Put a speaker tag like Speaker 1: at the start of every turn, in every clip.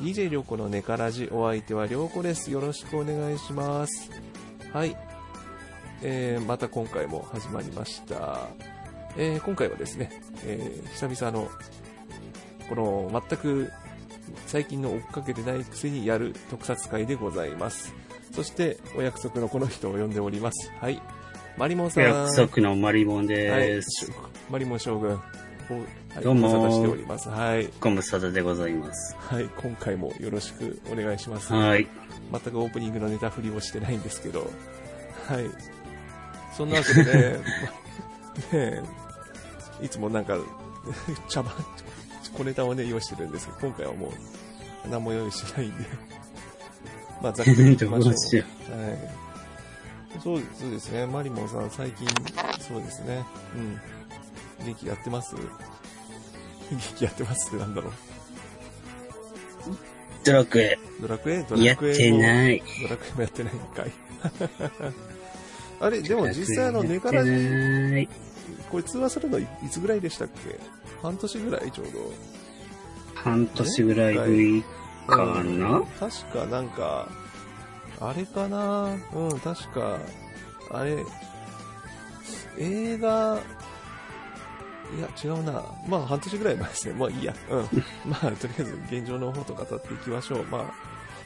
Speaker 1: DJ 良子のネカラジお相手は良子です。よろしくお願いします。はい。えーまた今回も始まりました。えー今回はですね、えー久々の、この全く最近の追っかけてないくせにやる特撮会でございます。そして、お約束のこの人を呼んでおります。はい。マリモンさん。
Speaker 2: 約束のマリモン
Speaker 1: はい
Speaker 2: で、
Speaker 1: し
Speaker 2: す。
Speaker 1: マリモン将軍。おはい
Speaker 2: どうも
Speaker 1: ご無沙汰しております。はい。
Speaker 2: ご無沙汰でございます。
Speaker 1: はい。今回もよろしくお願いします。
Speaker 2: はい。
Speaker 1: 全くオープニングのネタ振りをしてないんですけど。はい。そんなわけで ね、まねえいつもなんか、茶番、小ネタをね、用意してるんですけど、今回はもう、何も用意してないんで。まあ、ざっくりいき
Speaker 2: ど
Speaker 1: ましょ
Speaker 2: う
Speaker 1: う。
Speaker 2: しよ
Speaker 1: はい。そうそうですね。マリモンさん、最近、そうですね。うん。元気やってます元気やってますってなんだろう。
Speaker 2: う。ドラクエ、
Speaker 1: ドラクエドラ
Speaker 2: やっ
Speaker 1: クエ
Speaker 2: て
Speaker 1: も
Speaker 2: ない。
Speaker 1: ドラクエもやってないんかい。 あれ、でも実際あの、ネ
Speaker 2: やっ
Speaker 1: カ
Speaker 2: て
Speaker 1: ラジ、
Speaker 2: ない。
Speaker 1: これ通話するのいいつぐらいでしたっけ半年ぐらいちょうど。
Speaker 2: 半年ぐらいぶりかな
Speaker 1: 確かなんか、あれかなうん、確か、あれ、映画、いや、違うな。まあ、半年ぐらい前ですね。まあ、いいや。 うん。まあ、とりあえず、現状の方と語っていきましょう。まあ、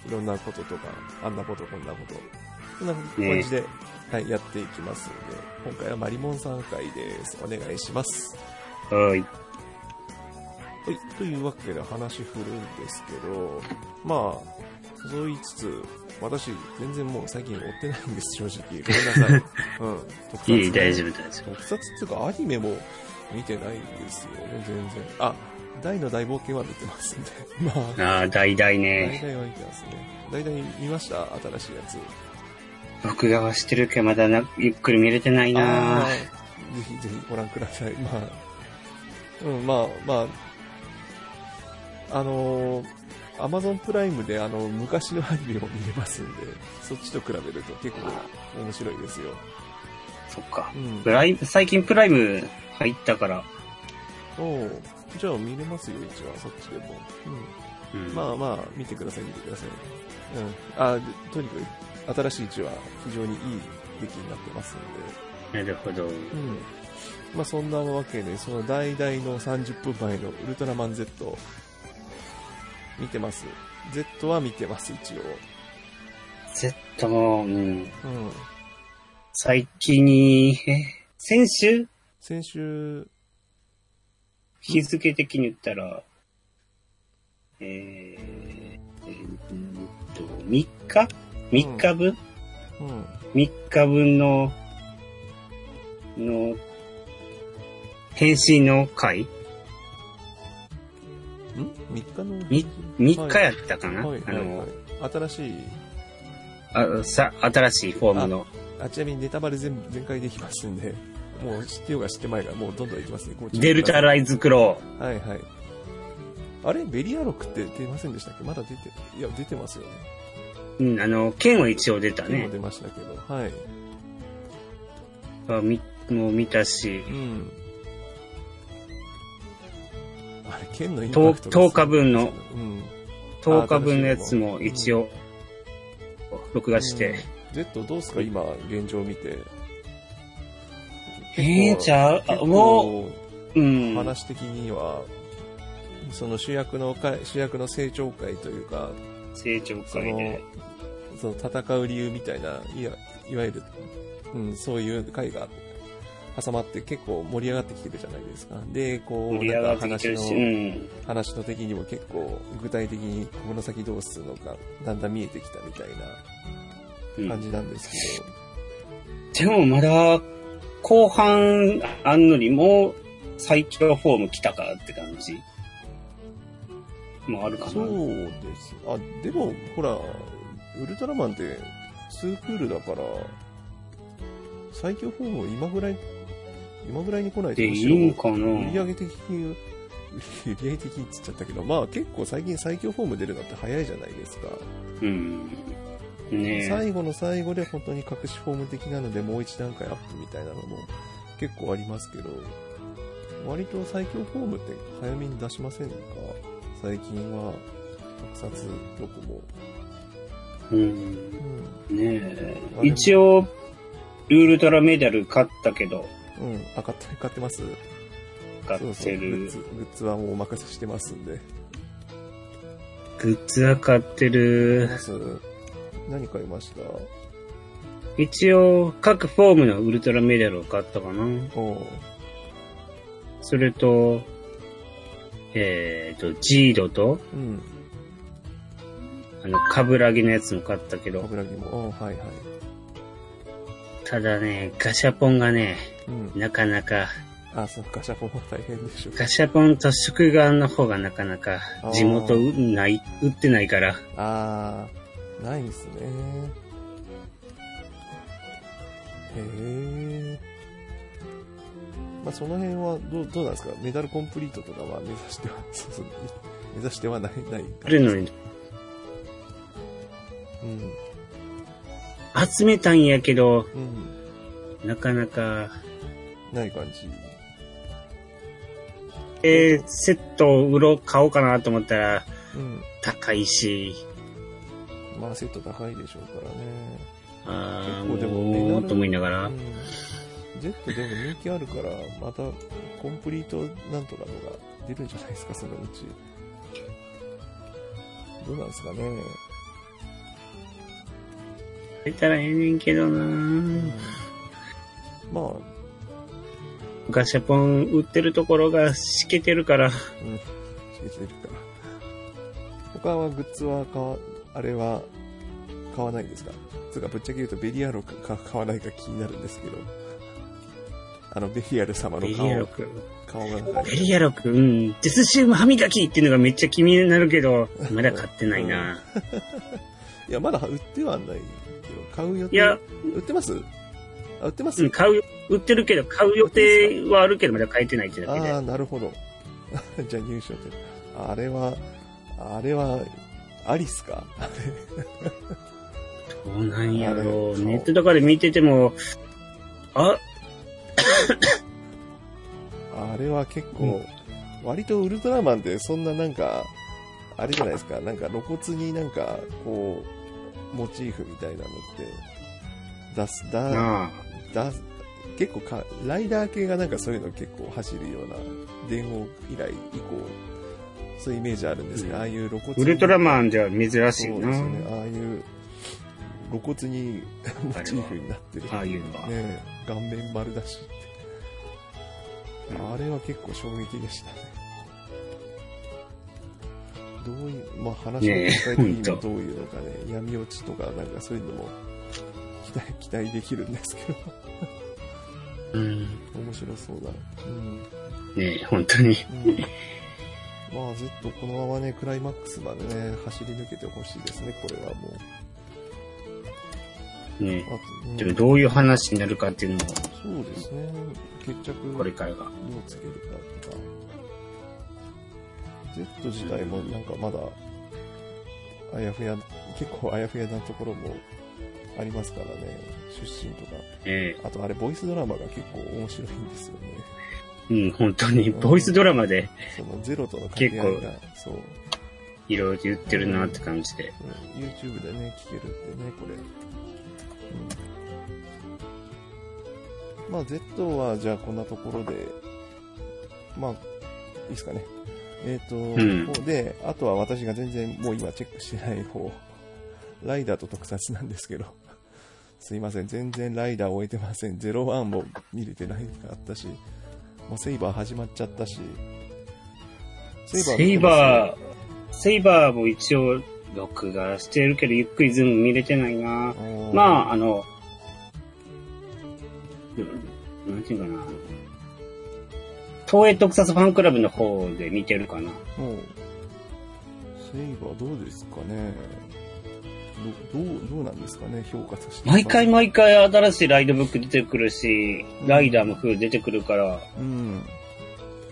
Speaker 1: いろんなこととか、あんなこと、こんなこと。そんな感じで、はい、やっていきますので、今回はマリモンさん会です。お願いします。
Speaker 2: は
Speaker 1: は
Speaker 2: い。
Speaker 1: い、というわけで話振るんですけど、まあ、そう言いつつ、私、全然もう最近追ってないんです、正直。ごめんなさい。 うん、特撮
Speaker 2: いい、大丈夫、大丈
Speaker 1: 特撮っていうか、アニメも見てないんですよね、全然。あ、大の大冒険は出てますんで。 まあ、
Speaker 2: 夫。ああ、大々
Speaker 1: 大
Speaker 2: ね。
Speaker 1: 体は見てますね。大体見ました新しいやつ。
Speaker 2: 録画はしてるけど、まだな、ゆっくり見れてない
Speaker 1: あ
Speaker 2: な
Speaker 1: ーぜひぜひご覧ください。まあ、うん、まあ、まあ、あのー、アマゾンプライムであの、昔のアニメを見れますんで、そっちと比べると結構面白いですよ。
Speaker 2: そっか
Speaker 1: う。ん
Speaker 2: プ。ライム、最近プライム入ったから。
Speaker 1: おうじゃあ見れますよ、一応、そっちでも。
Speaker 2: うん
Speaker 1: うん。まあまあ、見てください、見てください。うん。あ、でとにかく、新しい1は非常にいい出来になってますんで。
Speaker 2: なるほど。
Speaker 1: うん。まあそんなわけで、その大々の30分前のウルトラマン Z、見てます。Z は見てます、一応。
Speaker 2: Z も、うん。
Speaker 1: うん。
Speaker 2: 最近に、え、先週
Speaker 1: 先週、
Speaker 2: 日付的に言ったら、えー、えーっと、3日 ?3 日分、
Speaker 1: うん。
Speaker 2: ?3 日分の、の、返信の回
Speaker 1: ん ?3 日の
Speaker 2: み ?3 日やったかな、
Speaker 1: はい、
Speaker 2: あ
Speaker 1: はい、
Speaker 2: の、
Speaker 1: はい。新しい、
Speaker 2: あさ、新しいフォームの。
Speaker 1: あ、ちなみにネタバレ全全開できますんで、もう知ってようが知ってまいが、もうどんどんいきますね。こう
Speaker 2: デルタライズクロ
Speaker 1: はい、はい。あれベリアロックって出ませんでしたっけまだ出て、いや、出てますよね。
Speaker 2: ー。うん、あの、剣は一応出た
Speaker 1: 今
Speaker 2: ね。
Speaker 1: 出ましたけど、はい。
Speaker 2: あみもう見たし
Speaker 1: う、ん。あれ、剣のインパ
Speaker 2: と
Speaker 1: クトが
Speaker 2: 10日分の、
Speaker 1: うん。
Speaker 2: 10日分のやつも一応、録画して。
Speaker 1: Z どうすか今、現状見て。
Speaker 2: えー、じゃあ、あも
Speaker 1: も
Speaker 2: う、
Speaker 1: う
Speaker 2: う。
Speaker 1: ん話的には、その主役の会、主役の成長会というか、
Speaker 2: 成長
Speaker 1: そ
Speaker 2: 会
Speaker 1: の
Speaker 2: で。、
Speaker 1: その戦う理由みたいな、いや、いわゆる、うん、そういう会が挟まって結構盛り上がってきてるじゃないですか。で、こう、
Speaker 2: 盛り上がって
Speaker 1: なん
Speaker 2: き
Speaker 1: か
Speaker 2: てるし、
Speaker 1: 話
Speaker 2: う
Speaker 1: の
Speaker 2: ん。
Speaker 1: 話の的にも結構具体的にこの先どうするのかだんだん見えてきたみたい
Speaker 2: うん
Speaker 1: な感じなんですけど、
Speaker 2: でもまだ、後半あんのにもう最強フォーム来たかって感じもあるかな。
Speaker 1: そうですあでもほらウルトラマンってツークールだから最強フォームを今ぐらい今ぐらいに来ないと
Speaker 2: で、
Speaker 1: む
Speaker 2: い
Speaker 1: し
Speaker 2: いん
Speaker 1: ろ
Speaker 2: かな
Speaker 1: 売上的に売上的にって言っちゃったけどまあ結構最近最強フォーム出るのって早いじゃないですか
Speaker 2: うん。ねえ。
Speaker 1: 最後の最後で本当に隠しフォーム的なのでもう一段階アップみたいなのも結構ありますけど、割と最強フォームって早めに出しませんか最近は、特撮どこも。
Speaker 2: うん。ね
Speaker 1: う
Speaker 2: え
Speaker 1: あ。れ
Speaker 2: 一応、ウルトラメダル買ったけど、
Speaker 1: ん。うん。あ、買って、買ってます
Speaker 2: 買
Speaker 1: そう
Speaker 2: っ
Speaker 1: そう
Speaker 2: て
Speaker 1: グッ
Speaker 2: る
Speaker 1: ズ。。グッズはもうお任せしてますんで。
Speaker 2: グッズは買ってる。
Speaker 1: まず、何買いました
Speaker 2: 一応、各フォームのウルトラメダルを買ったかな。
Speaker 1: おう
Speaker 2: それと、えっ、と、ジードと、
Speaker 1: うん。
Speaker 2: あの、カブラギのやつも買ったけど、
Speaker 1: 油木も。おうはいはい。
Speaker 2: ただね、ガシャポンがね、
Speaker 1: うん。
Speaker 2: なかなか、
Speaker 1: あ、そっか、シャポンは大変でしょう。
Speaker 2: ガシャポンと食玩の方がなかなか
Speaker 1: あー、
Speaker 2: 地元うない、売ってないから、
Speaker 1: あー、ないんすね。へえ。まあ、その辺はどう、どうなんですかメダルコンプリートとかは目指しては、 そうそう目指してはない、ない。
Speaker 2: あるのに、
Speaker 1: うん。
Speaker 2: 集めたんやけど、
Speaker 1: うん。
Speaker 2: なかなか、
Speaker 1: ない感じ。
Speaker 2: えー、セットを売ろう、買おうかなと思ったら、
Speaker 1: うん。
Speaker 2: 高いし、
Speaker 1: まあ、セット高いでしょうからね。
Speaker 2: あー、
Speaker 1: 結構でもメダル
Speaker 2: もう、と思いなが
Speaker 1: う
Speaker 2: ら
Speaker 1: ん、。ジェットでも人気あるから、また、コンプリートなんとかのが出るんじゃないですか、そのうち。どうなんですかね。
Speaker 2: 出たらええねんけどなー
Speaker 1: まあ、
Speaker 2: ガシャポン売ってるところがしけてるから、
Speaker 1: うん、知れてるから。他はグッズは買わ、あれは買わないんですかつうか、ぶっちゃけ言うとベリアールか買わないか気になるんですけど。あの、ベリアル様
Speaker 2: ベ
Speaker 1: の
Speaker 2: リアロ
Speaker 1: 顔、
Speaker 2: 君。
Speaker 1: 顔がなんか
Speaker 2: ベリアロ君、うん、デスシウム歯磨きっていうのがめっちゃ気になる けど、まだ買ってないな。
Speaker 1: いや、まだ売ってはないけど、買う予定。
Speaker 2: いや、
Speaker 1: 売ってますあ、売ってます、
Speaker 2: うん、買う、売ってるけど、買う予定はあるけど、まだ買えてないってだけ
Speaker 1: あ
Speaker 2: で
Speaker 1: あ、。なるほど。 じゃあ入賞って。あれは、あれは、アリスかあ
Speaker 2: どうなんやろ
Speaker 1: あれ
Speaker 2: う。ネットとかで見てても、あ、
Speaker 1: あれは結構、割とウルトラマンってそんななんか、あれじゃないですか、なんか露骨になんか、こう、モチーフみたいなのって、出す、だ、
Speaker 2: なあ、
Speaker 1: 出す、結構か、ライダー系がなんかそういうの結構走るような、電王以来以降、そういうイメージあるんですけど、
Speaker 2: うん
Speaker 1: ああいう露骨に
Speaker 2: ウルトラマンでは珍しい
Speaker 1: そう
Speaker 2: な
Speaker 1: です。よね。ああいう露骨にモチーフになってる。
Speaker 2: ああいうのは。
Speaker 1: ねえ顔面丸出しって。
Speaker 2: うん
Speaker 1: あれは結構衝撃でしたね。どういう、まあ話の
Speaker 2: ねえ
Speaker 1: 具体的に
Speaker 2: ほん
Speaker 1: も
Speaker 2: と
Speaker 1: どういうのかね、闇落ちとかなんかそういうのも期待期待できるんですけど、
Speaker 2: うん。
Speaker 1: 面白そうだ。うん。
Speaker 2: ねえ本当に。
Speaker 1: うん、まあずっとこのままね、クライマックスまでね、走り抜けてほしいですね、これはもう。
Speaker 2: ね
Speaker 1: あと、うん
Speaker 2: えでもどういう話になるかっていうのも、
Speaker 1: そうですね。決着
Speaker 2: こ
Speaker 1: ど
Speaker 2: れ
Speaker 1: う
Speaker 2: からが。
Speaker 1: つけるかとか。Z 自体もなんかまだ、あやふや、結構あやふやなところもありますからね。出身とか。
Speaker 2: え
Speaker 1: あとあれ、ボイスドラマが結構面白いんですよね。
Speaker 2: えうん、本当に、ボイスドラマで
Speaker 1: そのゼロとの掛け合いが、そう、
Speaker 2: いろいろ言ってるなって感じで。
Speaker 1: うん YouTube でね、聞けるってね、これ。うん。まあ、Z は、じゃあこんなところで、まあ、いいですかね。えっ、
Speaker 2: ん
Speaker 1: と、で、あとは私が全然もう今チェックしてない方、ライダーと特撮なんですけど、すいません、全然ライダー終えてません。01も見れてないかったし、もうセイバー始まっちゃったし、
Speaker 2: セイバー、セイバーも一応、録画してるけど、ゆっくりズーム見れてないな
Speaker 1: ー
Speaker 2: まあ、あの、うんなんていうかな。東映特撮ファンクラブの方で見てるかな。
Speaker 1: もう、セイバーどうですかねどどう、どうなんですかね評価として。
Speaker 2: 毎回毎回新しいライドブック出てくるし、ライダーも増え出てくるから、
Speaker 1: うん。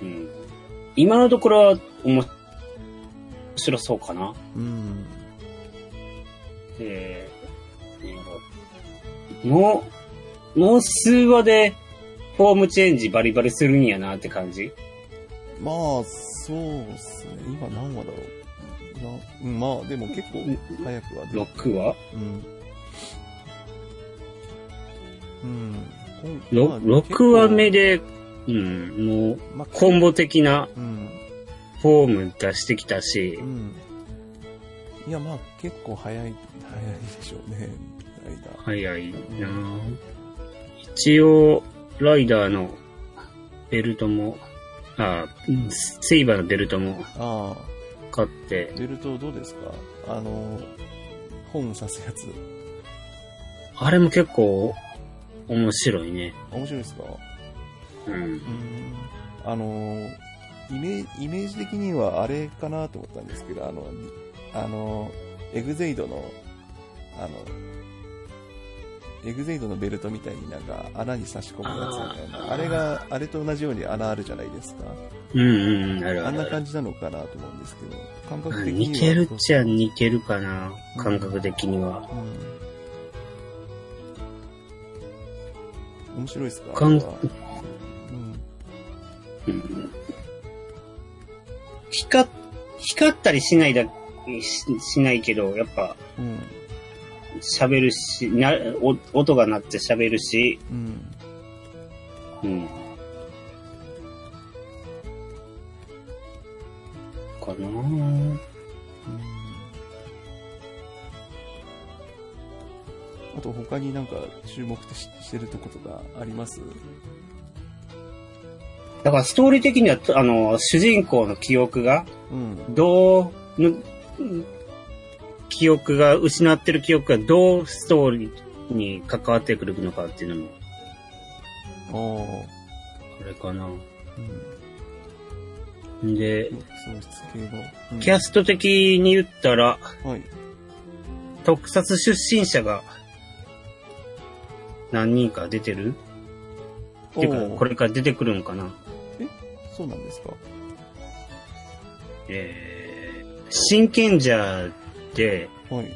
Speaker 2: うん、今のところは面白そうかな。
Speaker 1: うん。
Speaker 2: えー、もう、もう数話で、フォームチェンジバリバリするんやなって感じ。
Speaker 1: まあ、そうっすね。今何話だろう。なまあ、でも結構早くは出て
Speaker 2: 6話
Speaker 1: うん。うん。まあ
Speaker 2: 6, 6話目。で、うん、もう、
Speaker 1: 結構まあ、
Speaker 2: コンボ的な
Speaker 1: うん。
Speaker 2: フォーム出してきたし
Speaker 1: う、ん。いや、まあ、結構早い、早いでしょうね。間。
Speaker 2: 早いなぁ一応、ライダーのベルトも、あー、セイバーのベルトも
Speaker 1: ああ。
Speaker 2: 買って、
Speaker 1: ベルトどうですかあの、ホームさすやつ。
Speaker 2: あれも結構面白いね。
Speaker 1: 面白いですか
Speaker 2: うん
Speaker 1: う。ん。あの、イメイメージ的にはあれかなと思ったんですけど、あの、あの、エグゼイドの、あの、エグゼイドのベルトみたいになんか穴に差し込むやつみたいな。
Speaker 2: あ
Speaker 1: あ
Speaker 2: ー
Speaker 1: れが、あれと同じように穴あるじゃないですか。
Speaker 2: うんうんうん、ある
Speaker 1: あ
Speaker 2: あ
Speaker 1: ん
Speaker 2: る
Speaker 1: な
Speaker 2: ある。
Speaker 1: 感じなのかなと思うんですけど、感
Speaker 2: あ
Speaker 1: 覚的には。
Speaker 2: 似てるっちゃ似てるかな、感覚的には。
Speaker 1: うん面白いですか
Speaker 2: 感
Speaker 1: あれはうん。
Speaker 2: うん光っ、光ったりしないだ、ししないけど、やっぱ
Speaker 1: うん。
Speaker 2: 喋るし、な、お音が鳴って喋るし、
Speaker 1: うん。
Speaker 2: うん。かなぁ。
Speaker 1: あと他になんか注目ししてるとことかあります
Speaker 2: だからストーリー的には、あの、主人公の記憶が、
Speaker 1: うん。
Speaker 2: どう、ぬ記憶が、失ってる記憶がどうストーリーに関わってくるのかっていうのも、
Speaker 1: ああ。
Speaker 2: あれかな。
Speaker 1: うん。
Speaker 2: で、
Speaker 1: 喪失系の。うん
Speaker 2: キャスト的に言ったら、
Speaker 1: はい。
Speaker 2: 特撮出身者が何人か出てるっていう
Speaker 1: お
Speaker 2: か、
Speaker 1: う
Speaker 2: これから出てくるんかな。
Speaker 1: そうなんですか
Speaker 2: えー、真剣者で
Speaker 1: はい。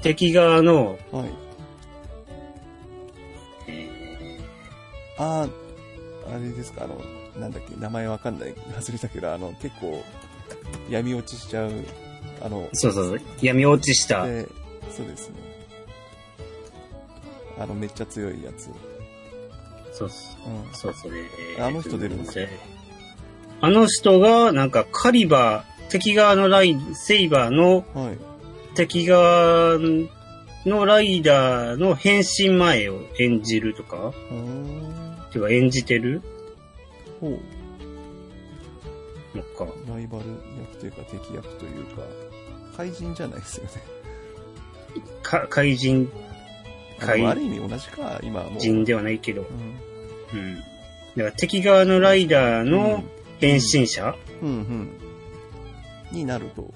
Speaker 2: 敵側の、
Speaker 1: はい。
Speaker 2: え
Speaker 1: ああ、あれですか、あの、なんだっけ、名前わかんない、忘れたけど、あの、結構、闇落ちしちゃう、あの
Speaker 2: ー、そうそうそう、闇落ちした、
Speaker 1: で、そうですね。あの、めっちゃ強いやつ。うん。
Speaker 2: そうそう。そうそれ。
Speaker 1: あの人出るんですよ
Speaker 2: あの人が、なんか、カリバー、敵側のライ、セイバーの
Speaker 1: はい。
Speaker 2: 敵側のライダーの変身前を演じるとか
Speaker 1: うーん。
Speaker 2: ていうか演じてる
Speaker 1: ほう。
Speaker 2: のか。
Speaker 1: ライバル役というか敵役というか、怪人じゃないですよね。
Speaker 2: か怪人、 怪
Speaker 1: でもある意味同じか、今はもう。
Speaker 2: 人ではないけど。
Speaker 1: うん。
Speaker 2: うん。だから敵側のライダーの変身者
Speaker 1: うん、うん、うん。になると、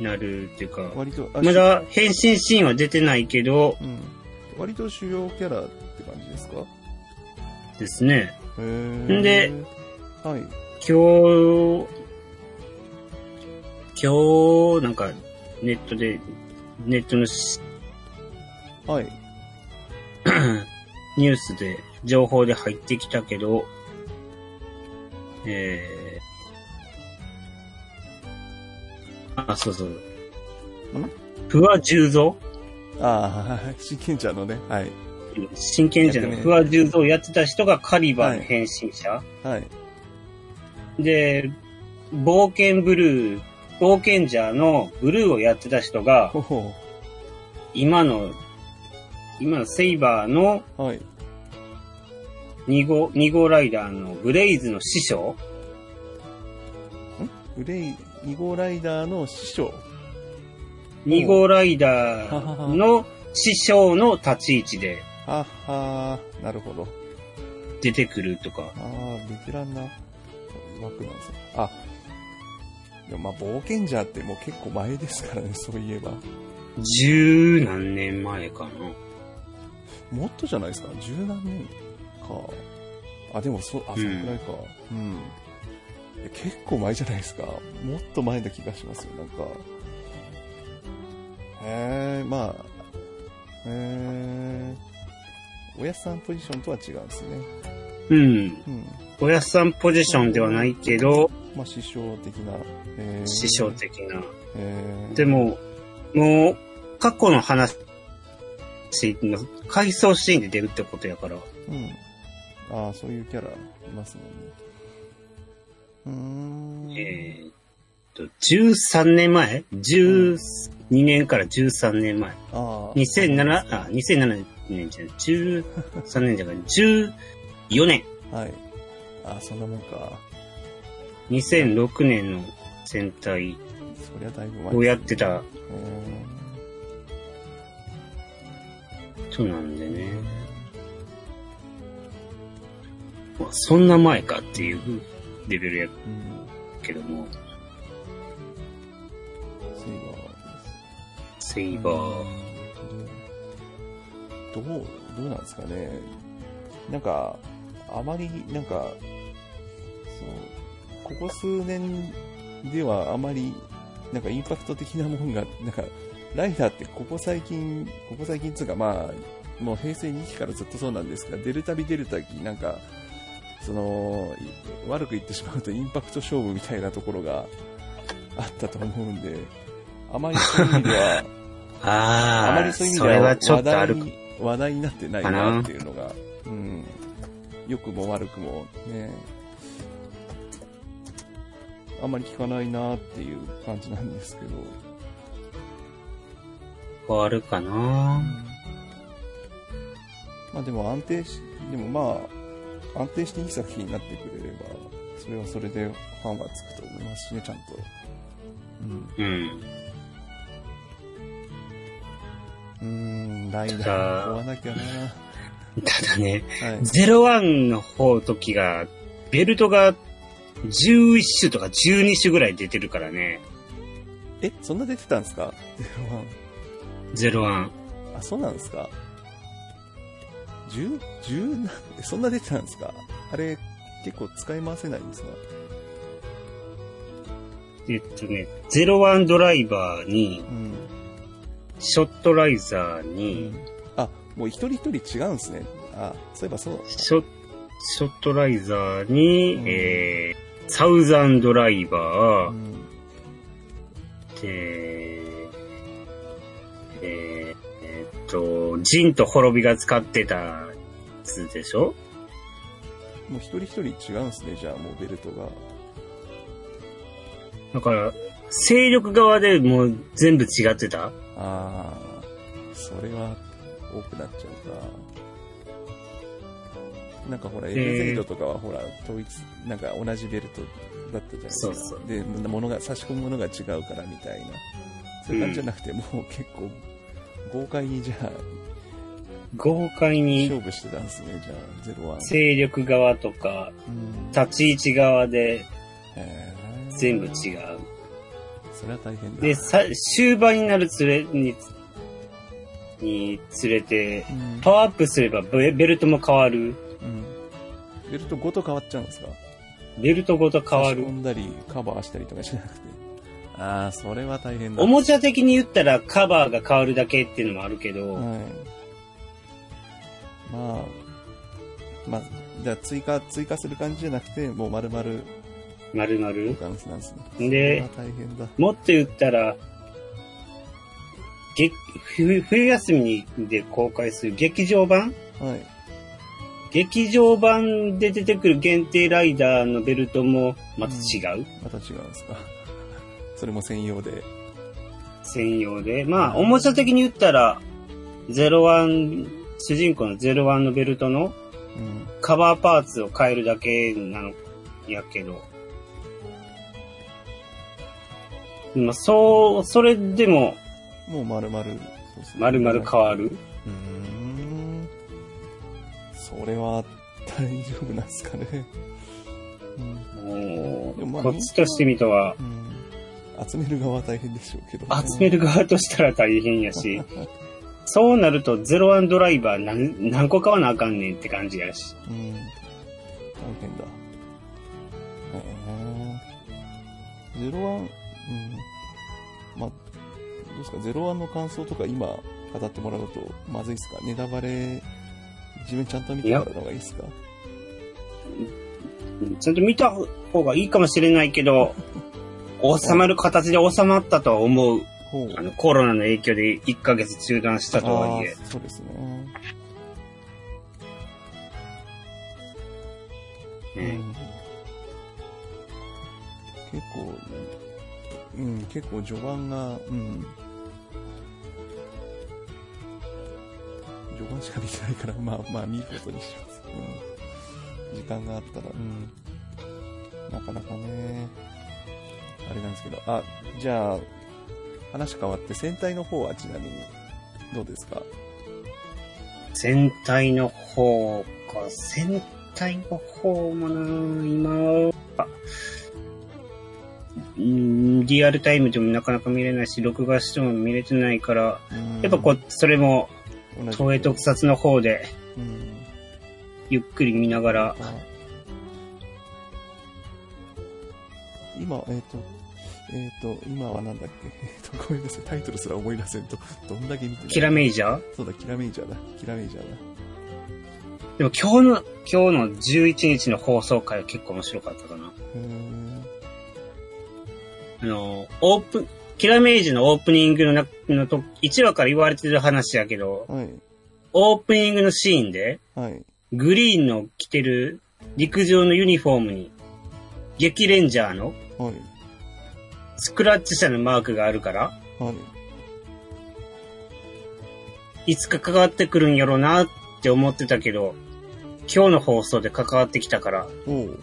Speaker 2: なるっていうか、
Speaker 1: 割と、あ
Speaker 2: ま、だ変身シーンは出てないけど
Speaker 1: うん。割と主要キャラって感じですかへ
Speaker 2: ですね。
Speaker 1: ー
Speaker 2: んで、
Speaker 1: はい。
Speaker 2: 今日、今日、なんか、ネットで、ネットのし
Speaker 1: はい。
Speaker 2: ニュースで、情報で入ってきたけど、えー、あ、そうそう。不破十三
Speaker 1: ああ、 真剣ちゃんのね、はい。
Speaker 2: 真剣じゃない。
Speaker 1: やって
Speaker 2: 不
Speaker 1: み
Speaker 2: 破十三をやってた人がカリバーの変身者。
Speaker 1: はい。
Speaker 2: で、冒険ブルー、冒険者のブルーをやってた人が、
Speaker 1: ほほ
Speaker 2: 今の、今のセイバーの
Speaker 1: う。はい。
Speaker 2: 2号、二号ライダーのブレイズの師匠
Speaker 1: グレイ、2号ライダーの師匠。
Speaker 2: ?2 号ライダーの師匠の立ち位置で
Speaker 1: あはー、なるほど。
Speaker 2: 出てくるとか。
Speaker 1: あー、ベテランな枠なんですね。あ、でもまあ、冒険者ってもう結構前ですからね、そういえば。
Speaker 2: 十何年前かな。
Speaker 1: もっとじゃないですか、十何年か。あ、でもそう、あ、そんくらいか。うん。いや結構前じゃないですか。もっと前な気がしますよ、なんか。へえ、まあ、へえ、おやっさんポジションとは違うんですね。
Speaker 2: うん。
Speaker 1: うん。
Speaker 2: おやっさんポジションではないけど、
Speaker 1: まあ、師匠的な。えー
Speaker 2: 師匠。的な。
Speaker 1: えー
Speaker 2: でも、もう、過去の話の回想シーンで出るってことやから。
Speaker 1: うん。ああ、そういうキャラいますもんね。うーん。
Speaker 2: えーっと、13年前 ?12 年から13年前。
Speaker 1: ああ。
Speaker 2: 2007、あ、2007年じゃない、13年じゃない、14年。
Speaker 1: はい。ああ、そんなもんか。
Speaker 2: 2006年の戦隊
Speaker 1: そりゃだいぶ前ですね
Speaker 2: をやって。た
Speaker 1: え
Speaker 2: 人なんでね。まあ、そんな前かっていうレベルや
Speaker 1: ーうん。
Speaker 2: けども、
Speaker 1: セイバーです。
Speaker 2: セイバー。
Speaker 1: どう、どうなんですかね。なんか、あまり、なんか、そう、ここ数年ではあまり、なんかインパクト的なもんが、なんか、ライダーってここ最近、ここ最近っつうかまあ、もう平成2期からずっとそうなんですが、出るたび出るたび、なんか、その、い悪く言ってしまうとインパクト勝負みたいなところがあったと思うんで、あまりそういう意味では、あ
Speaker 2: あ
Speaker 1: まり
Speaker 2: あ、
Speaker 1: そういう意味
Speaker 2: そ
Speaker 1: で
Speaker 2: れ
Speaker 1: は
Speaker 2: はちょ
Speaker 1: 話
Speaker 2: っとあ
Speaker 1: 題
Speaker 2: る
Speaker 1: に話題になってないなっていうのが、うん、良くも悪くもね、あんまり聞かないなっていう感じなんですけど、
Speaker 2: あるかな。
Speaker 1: まあでも安定し、でもまあ、安定していい作品になってくれれば、それはそれでファンはつくと思いますしね、ちゃんと。うん
Speaker 2: うん。
Speaker 1: うーん、ライダ
Speaker 2: ただ
Speaker 1: ー追わなきゃな。
Speaker 2: ただね、
Speaker 1: はい。
Speaker 2: 01の方の時が、ベルトが11種とか12種ぐらい出てるからね。
Speaker 1: え、そんな出てたんですか ゼロワン
Speaker 2: 01。
Speaker 1: あ、そうなんですか十十何えそんな出てたんですかあれ、結構使い回せないんですか
Speaker 2: えっとね、01ドライバーに、
Speaker 1: うん。
Speaker 2: ショットライザーに、
Speaker 1: あ、もう一人一人違うんですね。あ、そういえばそう。
Speaker 2: ショショットライザーに、
Speaker 1: うん
Speaker 2: えー、サウザンドライ
Speaker 1: う
Speaker 2: バー、
Speaker 1: ん。
Speaker 2: で、えーえーっと、ジンと滅びが使ってたやつでしょ
Speaker 1: もう一人一人違うんですね、じゃあもうベルトが。
Speaker 2: だから、勢力側でもう全部違ってた
Speaker 1: あー、それは多くなっちゃうか。なんかほら、エルゼイドとかはほら、統一、なんか同じベルトだったじゃないですか。
Speaker 2: そうそう
Speaker 1: で、物が、差し込むものが違うからみたいな。そういう感じじゃなくて、もう結構、豪快にじゃあ、
Speaker 2: 豪
Speaker 1: 勝
Speaker 2: 快に
Speaker 1: 負してたんですね、じゃあ、ゼロワン。
Speaker 2: 勢力側とか
Speaker 1: うん
Speaker 2: 立ち位置側で
Speaker 1: へー
Speaker 2: 全部違う。
Speaker 1: それは大変だ。
Speaker 2: で、さ終盤になるつれに、につれて、
Speaker 1: うん
Speaker 2: パワーアップすればベベルトも変わる。
Speaker 1: うんベルトごと変わっちゃうんですか
Speaker 2: ベルトごと変わ
Speaker 1: 差
Speaker 2: る
Speaker 1: し込。んだり、カバーしたりとかしなくて。ああ、それは大変だ。
Speaker 2: おもちゃ的に言ったらカバーが変わるだけっていうのもあるけど、
Speaker 1: はい。まあ、まあ、じゃあ追加、追加する感じじゃなくて、もう丸々
Speaker 2: まるまる。
Speaker 1: ダンスなんですね。
Speaker 2: で
Speaker 1: それは大変だ。
Speaker 2: もっと言ったら、げ冬冬休みで公開する劇場版
Speaker 1: はい。
Speaker 2: 劇場版で出てくる限定ライダーのベルトもまた違う、
Speaker 1: また違うんですか。 それも専用で。
Speaker 2: 専用で。まあ、おもちゃ的に言ったら、01、主人公の01のベルトの
Speaker 1: うん。
Speaker 2: カバーパーツを変えるだけなのやけど。まあ、そう、それでも
Speaker 1: もう丸々、そうっすね
Speaker 2: 丸々変わる。
Speaker 1: うーん。それは大丈夫なんですかね。うん。
Speaker 2: も
Speaker 1: でもま
Speaker 2: う
Speaker 1: あ
Speaker 2: こっちとしてみては、
Speaker 1: うん、集める側は大変でしょうけど、
Speaker 2: 集める側としたら大変やし、そうなると01ドライバー何何個買わなあかんねんって感じやし。
Speaker 1: うん。大変だ。へえ。ゼロワン、うん。ま、どうですか、ゼロワンの感想とか今語ってもらうとまずいですかネタバレ、自分ちゃんと見てもらうのがいいですか
Speaker 2: うんちゃんと見た方がいいかもしれないけど、収まる形で収まったとは思う。
Speaker 1: ほう
Speaker 2: あの、コロナの影響で1ヶ月中断したとは
Speaker 1: あ
Speaker 2: いえ。
Speaker 1: ーそうですね。
Speaker 2: ね
Speaker 1: 結構、うん、結構序盤が、うん。序盤しか見てないから、 まあまあ見ることにします。うん。時間があったら、うん。なかなかね、あれなんですけど、あ、じゃあ、話変わって、戦隊の方はちなみに、どうですか
Speaker 2: 全体の方か、全体の方もな、今は、うんリアルタイムでもなかなか見れないし、録画しても見れてないから、やっぱこう、それも、
Speaker 1: うん、同じく
Speaker 2: 東映特撮の方で、
Speaker 1: うん。
Speaker 2: ゆっくり見ながら、
Speaker 1: 今、えっ、と、えっ、と、今はなんだっけ、 えっ、と、ごめんなさい、タイトルすら思い出せんと、どんだけ見てる
Speaker 2: キラメイジャー
Speaker 1: そうだ、キラメイジャーだ、キラメイジャーだ。
Speaker 2: でも今日の、今日の11日の放送回は結構面白かったかな。
Speaker 1: へー
Speaker 2: あの、オープン、キラメイジのオープニングのな、のと、1話から言われてる話やけど、
Speaker 1: はい、
Speaker 2: オープニングのシーンで、
Speaker 1: はい。
Speaker 2: グリーンの着てる陸上のユニフォームに、激レンジャーの
Speaker 1: はい、
Speaker 2: スクラッチ社のマークがあるから、
Speaker 1: はい。
Speaker 2: いつか関わってくるんやろうなって思ってたけど、今日の放送で関わってきたから、
Speaker 1: おう、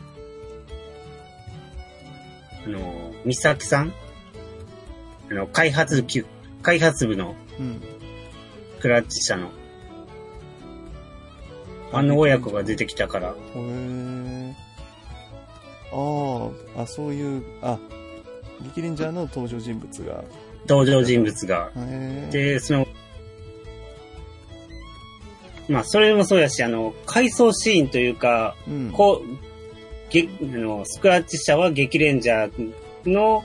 Speaker 2: あの、美咲さんあの、開発部、開発部の
Speaker 1: うん。
Speaker 2: クラッチ社の、あの親子が出てきたから、
Speaker 1: へーああ、あ、そういう、あ、力レンジャーの登場人物が。
Speaker 2: 登場人物が。
Speaker 1: へー
Speaker 2: で、その、まあ、それもそうやし、あの、回想シーンというか、
Speaker 1: うん。
Speaker 2: こう、げあのスクラッチ社は激レンジャーの、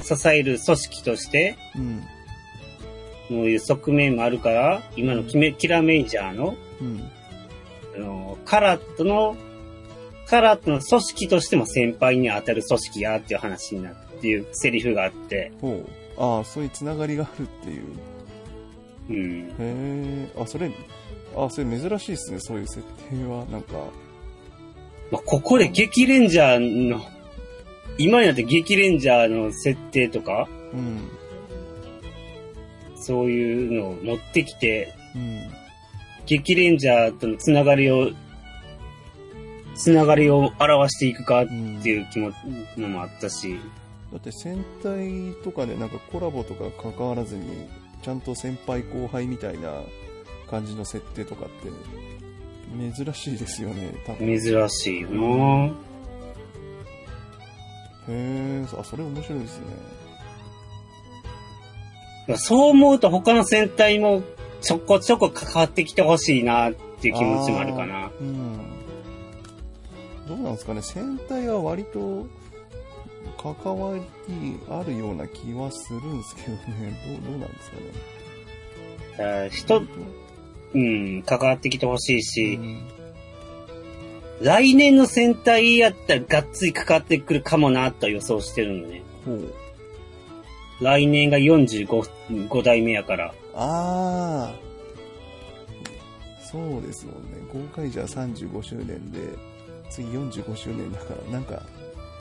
Speaker 2: 支える組織として、
Speaker 1: うん。
Speaker 2: こういう側面もあるから、今のキメキラメイジャーの、
Speaker 1: うん。
Speaker 2: あの、カラットの、カラットの組織としても先輩に当たる組織やっていう話になるっていうセリフがあって、
Speaker 1: ほう。ああ、そういうつながりがあるっていう。
Speaker 2: うん。
Speaker 1: へえ、あ、それ、あ、それ珍しいですね、そういう設定は。なんか、
Speaker 2: まあ、ここで激レンジャーの、今になって激レンジャーの設定とか、
Speaker 1: うん、
Speaker 2: そういうのを持ってきて、
Speaker 1: うん、
Speaker 2: 激レンジャーとのつながりを、つながりを表していくかっ
Speaker 1: うん。
Speaker 2: ていう気も、のもあったし、
Speaker 1: だって戦隊とかでなんかコラボとか関わらずに、ちゃんと先輩後輩みたいな感じの設定とかって、珍しいですよね、多分。へ
Speaker 2: 珍しいよな
Speaker 1: え、あ、それ面白いですね。
Speaker 2: ぁそう思うと他の戦隊もちょこちょこ関わってきてほしいなっていう気持ちもあるかな。
Speaker 1: うん。どうなんですかね、戦隊は割と、関わりあるような気はするんですけどね、どうどうなんですかね。
Speaker 2: だから人、うん、関わってきてほしいし、来年の戦隊やったらがっつりかかってくるかもなと予想してるのね。
Speaker 1: ほう。
Speaker 2: 来年が45、5代目やから。
Speaker 1: ああ。そうですもんね。ゴーカイジャー35周年で、次45周年だから、なんか、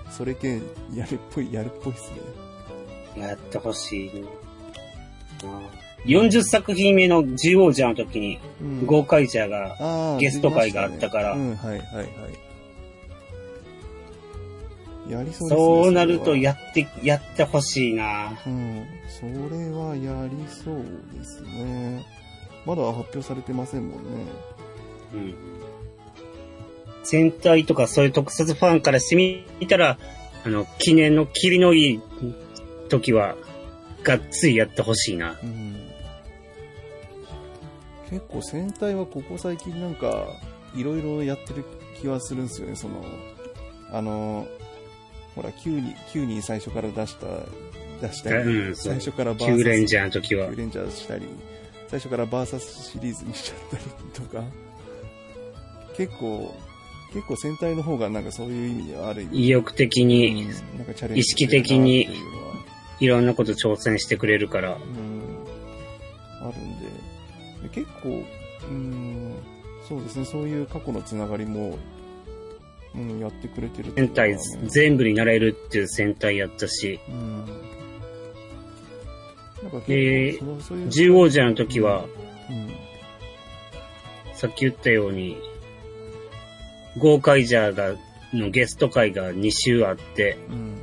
Speaker 1: それ系やるっぽい、やるっぽいっすね。
Speaker 2: やってほしいな。40作品目の獣王者の時に、
Speaker 1: うん
Speaker 2: ゴーカイジャーが、
Speaker 1: あー
Speaker 2: ゲスト会があったから
Speaker 1: 出ましたねうん、はいはいはい。やりそうですね。
Speaker 2: そうなると
Speaker 1: それは
Speaker 2: やって、やってほしいな。
Speaker 1: うん。それはやりそうですね。まだ発表されてませんもんね。
Speaker 2: うん。戦隊とかそういう特撮ファンからしてみたら、あの、記念の霧のいい時は、がっつりやってほしいな。
Speaker 1: うん結構戦隊はここ最近なんかいろいろやってる気はするんですよねそのあのほら9人 ,9 人最初から出した出したり、
Speaker 2: うんそう
Speaker 1: 最初からバ
Speaker 2: キューレンジ
Speaker 1: ャ
Speaker 2: ャーの時は
Speaker 1: ー。レンジャーしたり最初からバーサスシリーズにしちゃったりとか結構結構戦隊の方がなんかそういう意味ではある意味、
Speaker 2: 意欲的に
Speaker 1: うんなんかチャレンジ
Speaker 2: 意識的に
Speaker 1: してるなっていうの
Speaker 2: いろんなこと挑戦してくれるから、
Speaker 1: はうん、あるんでで結構、うん、そうですね、そういう過去のつながりも、うん、やってくれてるっていう
Speaker 2: 戦
Speaker 1: のはね
Speaker 2: 隊全部になれるっていう戦隊やったし、
Speaker 1: うん。なんか結構
Speaker 2: えー
Speaker 1: そのそういう
Speaker 2: 十王者の時は、
Speaker 1: うん
Speaker 2: さっき言ったように、ゴーカイジャーが、のゲスト会が2週あって、
Speaker 1: うん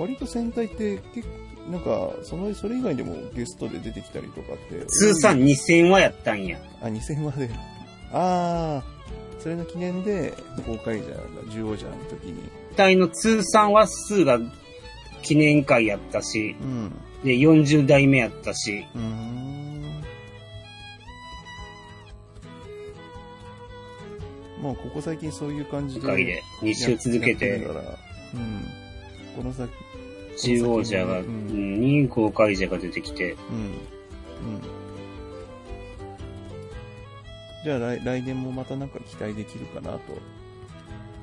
Speaker 1: 割と戦隊って結構なんかそのそれ以外でもゲストで出てきたりとかって
Speaker 2: 通算2000話やったんや。
Speaker 1: あ2000までああそれの記念で公開じゃんが十王者の時に
Speaker 2: 全体の通算話数が記念会やったし、
Speaker 1: うん
Speaker 2: で、40代目やったし、
Speaker 1: うーんまあここ最近そういう感じ
Speaker 2: 次
Speaker 1: で
Speaker 2: 回で2週続け
Speaker 1: やって
Speaker 2: て
Speaker 1: る、からうんこの先
Speaker 2: 中央者が、
Speaker 1: う
Speaker 2: うんん、に公開者が出てきて、
Speaker 1: うん。うん。じゃあ来来年もまたなんか期待できるかなと。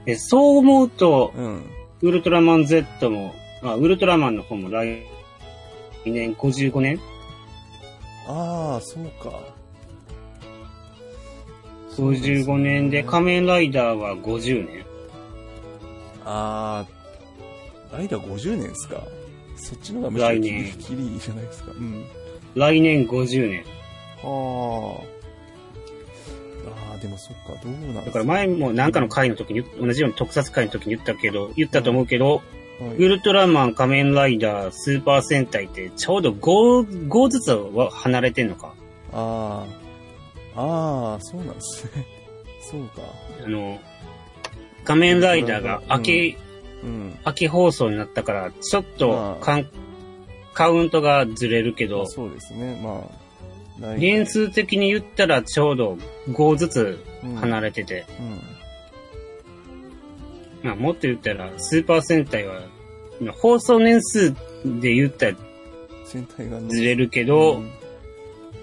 Speaker 2: でそう思うと、
Speaker 1: うん。
Speaker 2: ウルトラマン Z も、あ、ウルトラマンの方も来年55年
Speaker 1: ああ、そうか。
Speaker 2: 55年で仮面ライダーは50年。
Speaker 1: ああ、ライダー50年ですか。そっちの方がむしろ
Speaker 2: 来
Speaker 1: キリ
Speaker 2: 年
Speaker 1: キリいいじゃないですか。うん。
Speaker 2: 来年50年。
Speaker 1: はあ。ああ、でもそっか、どうなん
Speaker 2: だから前もなんかの回の時に、同じように特撮回の時に言ったけど、言ったと思うけど、
Speaker 1: は
Speaker 2: ウ
Speaker 1: い、
Speaker 2: ルトラマン、仮面ライダー、スーパー戦隊ってちょうど 5, 5ずつは離れてんのか。
Speaker 1: ああ。ああ、そうなんですね。 そうか。
Speaker 2: あの、仮面ライダーが秋、
Speaker 1: うん。
Speaker 2: 秋放送になったから、ちょっと
Speaker 1: まあ
Speaker 2: カンカウントがずれるけ
Speaker 1: ま
Speaker 2: ど
Speaker 1: あ、そうですね。まあ、来
Speaker 2: 年数的に言ったらちょうど5ずつ離れてて、
Speaker 1: うん。
Speaker 2: まあもっと言ったら、スーパー戦隊は、放送年数で言ったら
Speaker 1: 全体がね
Speaker 2: ずれるけ
Speaker 1: う
Speaker 2: ど、
Speaker 1: ん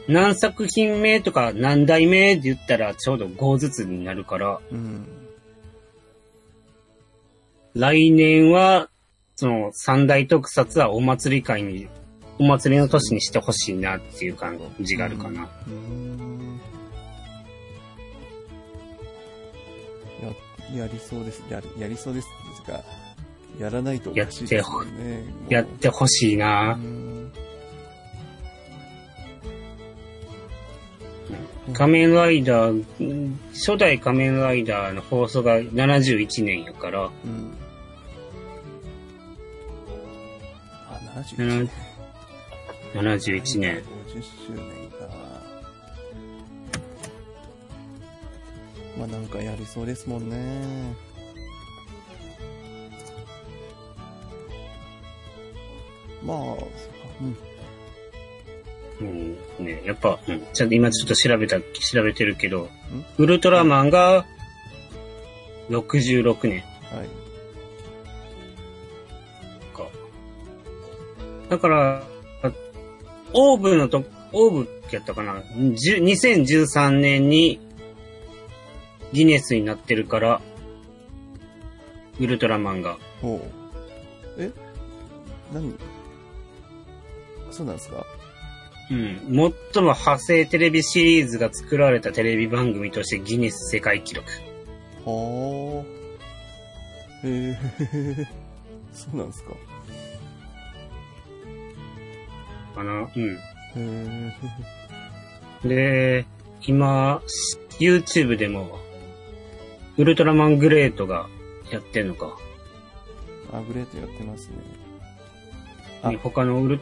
Speaker 2: 何作品目とか何代目で言ったらちょうど5ずつになるから、
Speaker 1: うん。
Speaker 2: 来年は、その三大特撮はお祭り会に、お祭りの年にしてほしいなっていう感じがあるかな。
Speaker 1: うんや、やりそうです。やり、やりそうです。ですが、やらないとおかしいですよね。もう
Speaker 2: やってほしいうな。
Speaker 1: ん
Speaker 2: 仮面ライダー、うん初代仮面ライダーの放送が71年やから、
Speaker 1: うん。あ、71年
Speaker 2: 7。71年。
Speaker 1: 50周年か。まあなんかやりそうですもんね。まあ、うん。
Speaker 2: うん、ね、やっぱ、うん、ちゃんと今ちょっと調べた、調べてるけど、ウルトラマンが66年
Speaker 1: はい。
Speaker 2: か。だから、あオーブのと、オーブやったかな10 2013年にギネスになってるから、ウルトラマンが。
Speaker 1: ほう。え何そうなんですか
Speaker 2: うん。最も派生テレビシリーズが作られたテレビ番組としてギネス世界記録。
Speaker 1: はあ。へえ。 そうなんですか
Speaker 2: かなうん。
Speaker 1: へえ。
Speaker 2: で、今、YouTube でも、ウルトラマングレートがやってんのか。
Speaker 1: あ、グレートやってますね。あ
Speaker 2: ね他のウル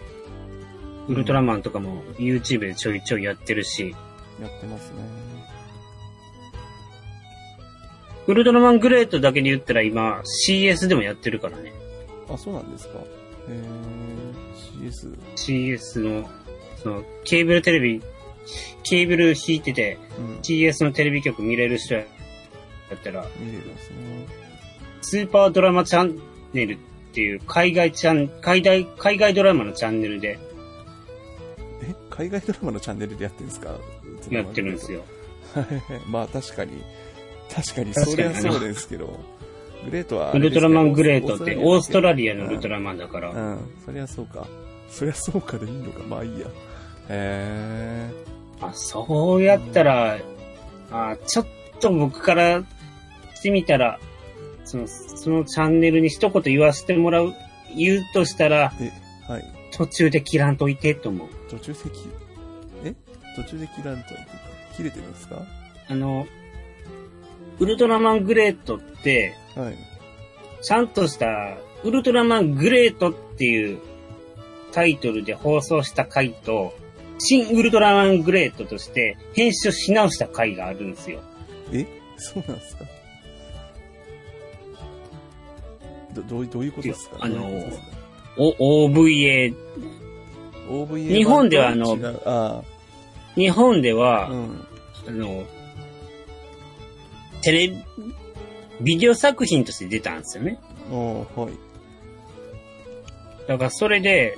Speaker 2: ウルトラマンとかも YouTube でちょいちょいやってるし、
Speaker 1: やってますね。
Speaker 2: ウルトラマングレートだけで言ったら今 CS でもやってるからね。
Speaker 1: あ、そうなんですか。えー、CS。
Speaker 2: CS の、その、ケーブルテレビ、ケーブル引いてて、
Speaker 1: うん。
Speaker 2: CS のテレビ局見れる人やったら、
Speaker 1: 見れるんですね。
Speaker 2: スーパードラマチャンネルっていう海外チャン、海外、海外ドラマのチャンネルで
Speaker 1: え、海外ドラマのチャンネルでやってるんですか
Speaker 2: やってるんです。よ。
Speaker 1: まあ確かに、確かに、
Speaker 2: 確
Speaker 1: そ
Speaker 2: か
Speaker 1: り
Speaker 2: に
Speaker 1: ゃ
Speaker 2: ね
Speaker 1: そうですけど、グレートはあ
Speaker 2: ウ
Speaker 1: れ
Speaker 2: ル
Speaker 1: です
Speaker 2: ト
Speaker 1: ね、
Speaker 2: ラマングレートって、オーストラリアのウ
Speaker 1: ル
Speaker 2: ル
Speaker 1: ト
Speaker 2: ト
Speaker 1: ラ
Speaker 2: ラマンだか
Speaker 1: う
Speaker 2: ら、
Speaker 1: ん、そりゃそうか。そりゃそうかでいいのか。まあいいや。へ
Speaker 2: あ、そうやったら、あ、ちょっと僕からしてみたら、その、そのチャンネルに一言言わせてもらう、言うとしたら、
Speaker 1: え。はい。
Speaker 2: 途中で切らんといてと思う。
Speaker 1: 途中席、え途中で切らんといけない切れてるんですか
Speaker 2: あの、ウルトラマングレートって、
Speaker 1: はい。
Speaker 2: ちゃんとした、ウルトラマングレートっていうタイトルで放送した回と、新ウルトラマングレートとして編集し直した回があるんですよ。
Speaker 1: え そうなんですかど、どういどういうことですか
Speaker 2: あ
Speaker 1: ど
Speaker 2: のー
Speaker 1: ういうことですか
Speaker 2: お、OVA。
Speaker 1: OVA
Speaker 2: 日本ではあの
Speaker 1: 違うあ
Speaker 2: 日本で
Speaker 1: あ、
Speaker 2: は、
Speaker 1: うん。
Speaker 2: あの、テレビ、ビデオ作品として出たんですよね。
Speaker 1: おーはい。
Speaker 2: だからそれで、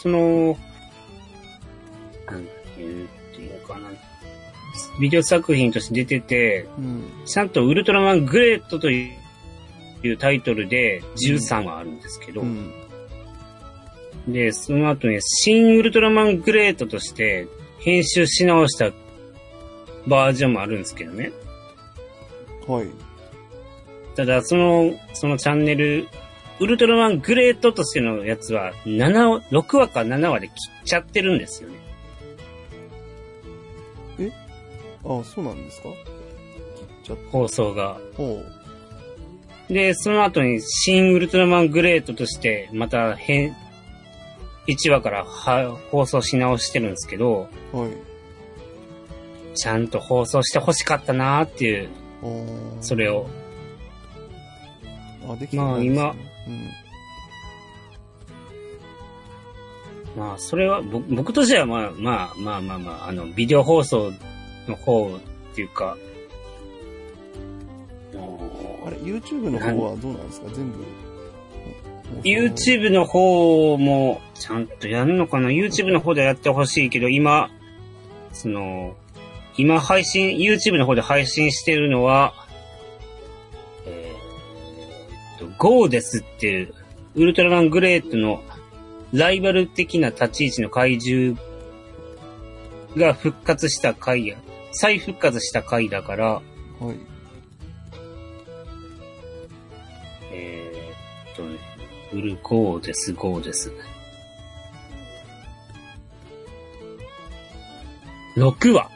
Speaker 2: その、なんていうのかな。ビデオ作品として出てて、
Speaker 1: うん。
Speaker 2: ちゃんとウルトラマングレートといういうタイトルで13はあるんですけど、
Speaker 1: うん。
Speaker 2: で、その後ね、新ウルトラマングレートとして編集し直したバージョンもあるんですけどね。
Speaker 1: はい。
Speaker 2: ただ、その、そのチャンネル、ウルトラマングレートとしてのやつは、7を、6話か7話で切っちゃってるんですよね。
Speaker 1: ああ、そうなんですか切っちゃった。
Speaker 2: 放送が。
Speaker 1: おう
Speaker 2: で、その後に、新ウルトラマングレートとして、また、編、1話からは放送し直してるんですけど、
Speaker 1: はい。
Speaker 2: ちゃんと放送して欲しかったなーっていう、
Speaker 1: あー
Speaker 2: それを。
Speaker 1: あ、できてないですね
Speaker 2: まあ今まあ、それは、ぼ僕としては、まあ、まあ、まあまあまあ、あの、ビデオ放送の方っていうか、
Speaker 1: うん。あれ、YouTube の方はどうなんですか全部。
Speaker 2: YouTube の方も、ちゃんとやるのかな ?YouTube の方でやってほしいけど、今、その、今配信、YouTube の方で配信してるのは、えーっと、GO ですっていう、ウルトラマングレートのライバル的な立ち位置の怪獣が復活した回や、再復活した回だから、
Speaker 1: はい。
Speaker 2: えーっとね、ウルゴーです、ゴーです。6話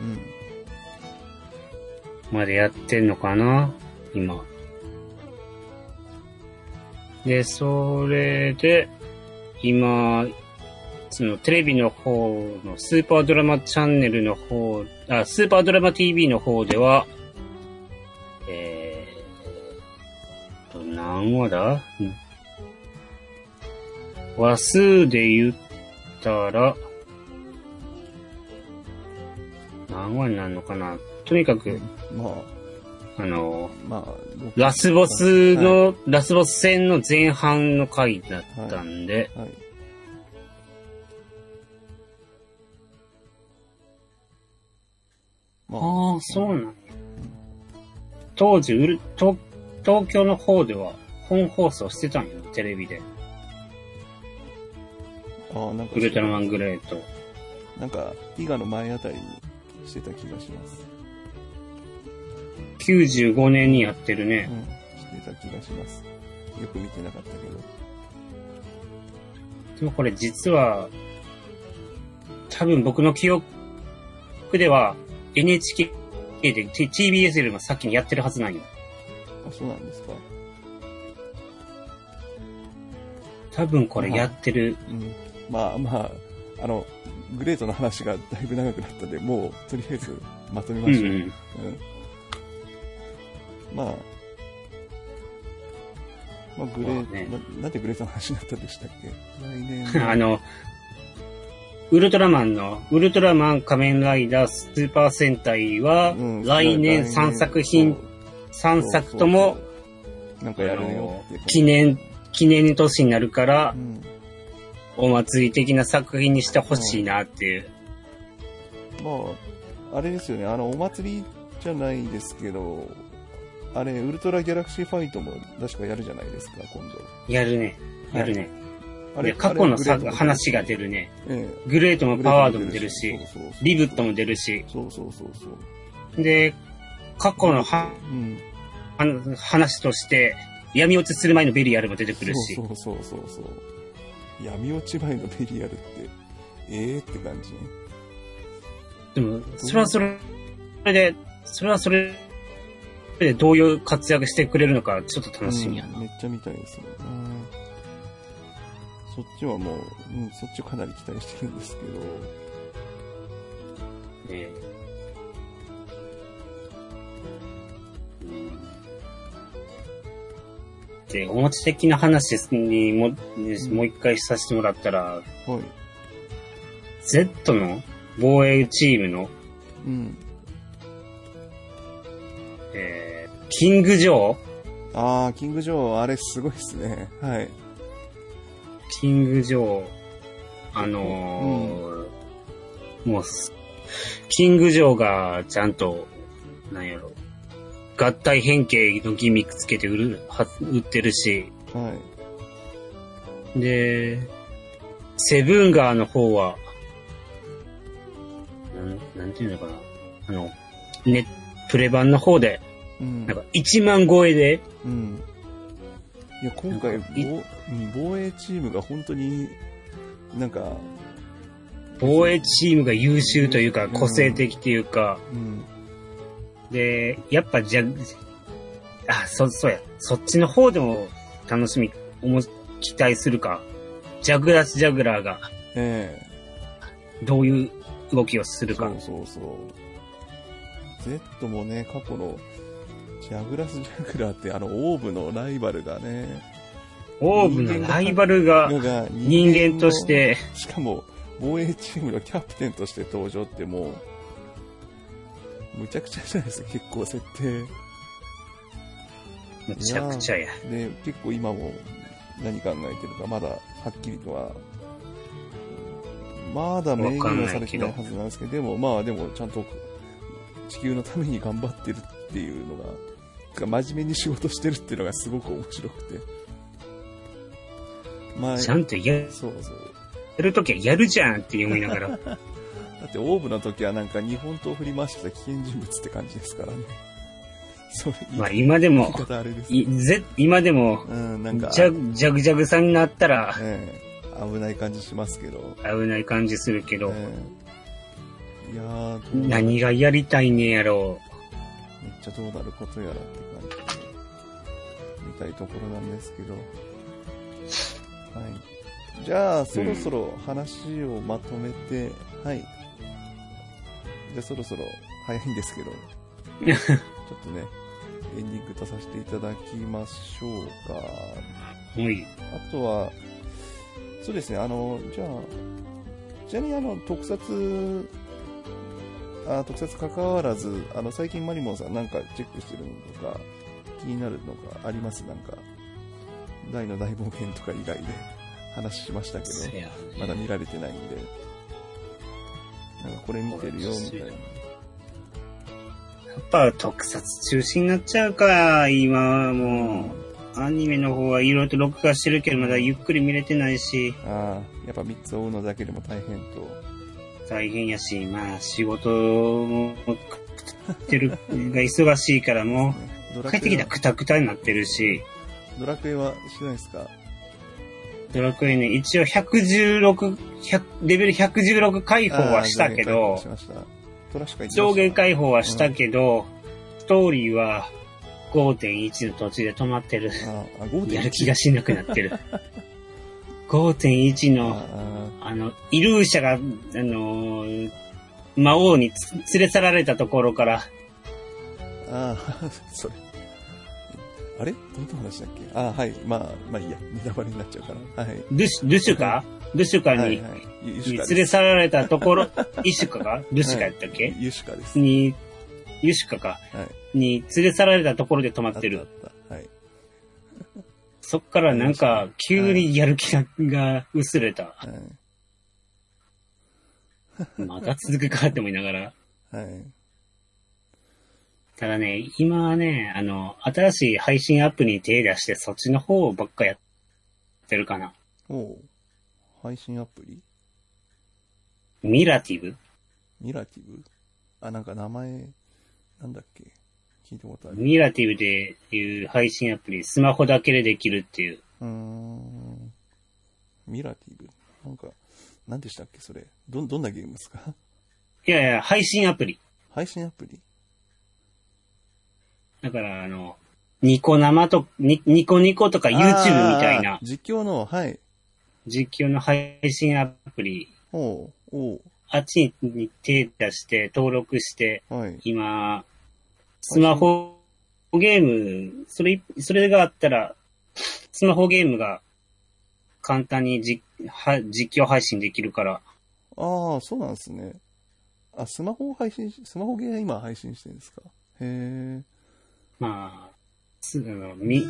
Speaker 1: うん。
Speaker 2: までやってんのかな今。で、それで、今、そのテレビの方のスーパードラマチャンネルの方、あ、スーパードラマ TV の方では、えー、と、何話だ話数で言ったら、何話になるのかなとにかく、
Speaker 1: まあ、
Speaker 2: あの、
Speaker 1: まあ、僕
Speaker 2: ラスボスの、ラスボス戦の前半の回だったんで、
Speaker 1: はい。まあ、
Speaker 2: ああ、そうなんや当時、ウル東、東京の方では本放送してたんよ、テレビで。
Speaker 1: ああなんか
Speaker 2: ウルトラマングレート。
Speaker 1: なんか、伊賀の前あたりにしてた気がします。
Speaker 2: 95年にやってる
Speaker 1: う
Speaker 2: ね。
Speaker 1: ん、してた気がします。よく見てなかったけど。
Speaker 2: でもこれ実は、多分僕の記憶では NHK で T- TBS よりも先にやってるはずなんよ。
Speaker 1: あ、そうなんですか。
Speaker 2: 多分これやってる。
Speaker 1: うん。まあまあ、あの、グレートの話がだいぶ長くなったんで、もう、とりあえず、まとめ
Speaker 2: う
Speaker 1: ま
Speaker 2: ん
Speaker 1: しょう。
Speaker 2: うん。
Speaker 1: うんまあ、まあ、グレー、
Speaker 2: まあね
Speaker 1: ななんでグレートの話になったんでしたっ け来年
Speaker 2: あの、ウルトラマンの、ウルトラマン、仮面ライダー、スーパー戦隊は、
Speaker 1: うん
Speaker 2: 来年3作品、
Speaker 1: そう
Speaker 2: 3作とも
Speaker 1: そうそうなんかやるよっていう感じ
Speaker 2: 記念、記念年になるから
Speaker 1: う、ん
Speaker 2: お祭り的な作品にしてほしいなっていう。
Speaker 1: まあ、あれですよね、あの、お祭りじゃないですけど、あれ、ウルトラギャラクシーファイトも確かやるじゃないですか、今度。
Speaker 2: やるね。やるね。
Speaker 1: あ
Speaker 2: で
Speaker 1: れ、
Speaker 2: 過去のさ
Speaker 1: あれ
Speaker 2: 話が出るね。
Speaker 1: え
Speaker 2: グレート
Speaker 1: え
Speaker 2: もパワードも出るし、
Speaker 1: そうそうそう
Speaker 2: リブットも出るし、
Speaker 1: そうそうそうそう。
Speaker 2: で、過去のは
Speaker 1: うん。
Speaker 2: は話として、闇落ちする前のベリアルも出てくるし
Speaker 1: そ、うそうそうそうそう。闇落ち前のベリアルって、ええって感じね。
Speaker 2: でも、それはそれで、それはそれでどういう活躍してくれるのか、ちょっと楽しみや
Speaker 1: うん
Speaker 2: な。
Speaker 1: めっちゃ見たいですね。うんそっちはもう、うん、そっちをかなり期待してるんですけど、
Speaker 2: ねで、おもち的な話にも、もう一回させてもらったら、
Speaker 1: はい。
Speaker 2: Z の防衛チームの、
Speaker 1: うん。
Speaker 2: えー、キング・ジョー
Speaker 1: あー、キング・ジョー、あれすごいですね。はい。
Speaker 2: キング・ジョー、あのーもうす、キング・ジョーがちゃんと、なんやろ、合体変形のギミックつけて売る、は売ってるし、
Speaker 1: はい。
Speaker 2: で、セブンガーの方は、なん、なんていうのかな、あの、ね、プレ版の方で、
Speaker 1: うん
Speaker 2: なん。か1万超えで、
Speaker 1: うん。いや、今回、
Speaker 2: なんかい
Speaker 1: 防うん防衛チームが本当に、なんか、
Speaker 2: 防衛チームが優秀というか、
Speaker 1: うん
Speaker 2: 個性的というか、
Speaker 1: うん。
Speaker 2: で、やっぱじゃ、あ、そ、そうや。そっちの方でも楽しみ、おも、期待するか。ジャグラス・ジャグラーが
Speaker 1: え
Speaker 2: どういう動きをす
Speaker 1: え
Speaker 2: るか。
Speaker 1: そうそうそう。Z もね、過去の、ジャグラス・ジャグラーって、あの、オーブのライバルがね、
Speaker 2: オーブのライバルが
Speaker 1: のが人
Speaker 2: 人間とし、て、
Speaker 1: しかも、防衛チームのキャプテンとして登場ってもう、むちゃくちゃじゃないですか、結構設定。
Speaker 2: むちゃくちゃや。
Speaker 1: で、結構今も何考えてるか、まだはっきりとは、まだ明言はされてないはずなんですけど、でもまあでもちゃんと地球のために頑張ってるっていうのが、てか真面目に仕事してるっていうのがすごく面白くて。まあ、
Speaker 2: ちゃんとや
Speaker 1: そうそう。
Speaker 2: るときはやるじゃんって思いなが ら。
Speaker 1: だってオーブの時はなんか日本刀を振り回してた危険人物って感じですからね。 そう、言い,、
Speaker 2: まあ今で
Speaker 1: 言い
Speaker 2: も、
Speaker 1: 方あれです。
Speaker 2: いぜ今でも、
Speaker 1: うん、なんか、
Speaker 2: ジャジャグジャグさんになったら
Speaker 1: ええ危ない感じしますけど。
Speaker 2: 危ない感じするけど、
Speaker 1: ええいやー、どうめっ
Speaker 2: 何がやりたいねやろう。
Speaker 1: ちゃどうなることやらって感じで、見たいところなんですけど。はい。じゃあ、そろそろ話をまとめて、はい。じゃあ、そろそろ早いんですけど、ちょっとね、エンディングとさせていただきましょうか。
Speaker 2: はい。
Speaker 1: あとは、そうですね、あの、じゃあ、ちなみにあの、特撮、あ特撮関わらず、あの、最近マリモンさんなんかチェックしてるのとか、気になるのがありますなんか、大の大冒険とか以外で 話しましたけ
Speaker 2: そ
Speaker 1: ど、
Speaker 2: や
Speaker 1: まだ見られてないんで、なんかこれ見てるよ、みたいな。
Speaker 2: やっぱ特撮中心になっちゃうか、今はもう。アニメの方はいろいろと録画してるけど、まだゆっくり見れてないし、
Speaker 1: ああ、やっぱ3つ追うのだけでも大変と。
Speaker 2: 大変やし、まあ仕事も、 ってる、が忙しいからも
Speaker 1: ド
Speaker 2: う、
Speaker 1: ラ
Speaker 2: 帰って
Speaker 1: ク
Speaker 2: き
Speaker 1: エ
Speaker 2: たら
Speaker 1: は
Speaker 2: クタクタになってるし、
Speaker 1: ドラクエはしてないですか
Speaker 2: ドラクエね、一応116、100レベル116解放はしたけ
Speaker 1: あ
Speaker 2: ど
Speaker 1: ー上限解放し、ましたトラッシュ会
Speaker 2: 上限解放はしたけど、ストーリーは5.1の途中で止まってる。
Speaker 1: 放。あーあ、5.1
Speaker 2: やる気がしなくなってる。5.1
Speaker 1: あ
Speaker 2: の、
Speaker 1: ー
Speaker 2: あの、イルーシャが、あのー魔王につ連れ去られたところから、
Speaker 1: あー、それ。あれどんな話だっけあーはい。まあ、まあいいや。ネタバレになっちゃうから。はい。
Speaker 2: ルシルシュカルシュカに、
Speaker 1: はいはい。ゆゆ
Speaker 2: に
Speaker 1: しか
Speaker 2: 連
Speaker 1: で
Speaker 2: れ
Speaker 1: す。
Speaker 2: 去られたと ころ、イシュカがルシュカやったっけ、
Speaker 1: ゆしかです。
Speaker 2: に、ユシュカか、
Speaker 1: はい。
Speaker 2: に連れ去られたところで止まって
Speaker 1: あっ
Speaker 2: る。
Speaker 1: たあった。はい。
Speaker 2: そっからなんか、急にやる気がが薄れた。
Speaker 1: はい
Speaker 2: また続くかって思いながら。
Speaker 1: はい。
Speaker 2: ただね、今はね、あの、新しい配信アプリに手出して、そっちの方ばっかやってるかな。
Speaker 1: おう配信アプリ
Speaker 2: ミラティブ
Speaker 1: ミラティブあ、なんか名前、なんだっけ聞いたことある。
Speaker 2: ミラティブでいう配信アプリ、スマホだけでできるっていう。
Speaker 1: うーん。ミラティブなんか、なんでしたっけそれ。ど、どんなゲームですか
Speaker 2: いやいや、配信アプリ。
Speaker 1: 配信アプリ
Speaker 2: だから、あの、ニコ生と、ニニコニコとか YouTube みたい
Speaker 1: あー
Speaker 2: な
Speaker 1: 実況の、はい。
Speaker 2: 実況の配信アプリ、
Speaker 1: おうおう
Speaker 2: あっちに手出して、登録して、
Speaker 1: はい。
Speaker 2: 今、スマホゲーム、それ、それがあったら、スマホゲームが簡単にじは実況配信できるから、
Speaker 1: ああ、そうなんですね。あ、スマホを配信し、スマホゲー今配信してるんですかへえ。
Speaker 2: まあ、すあのみ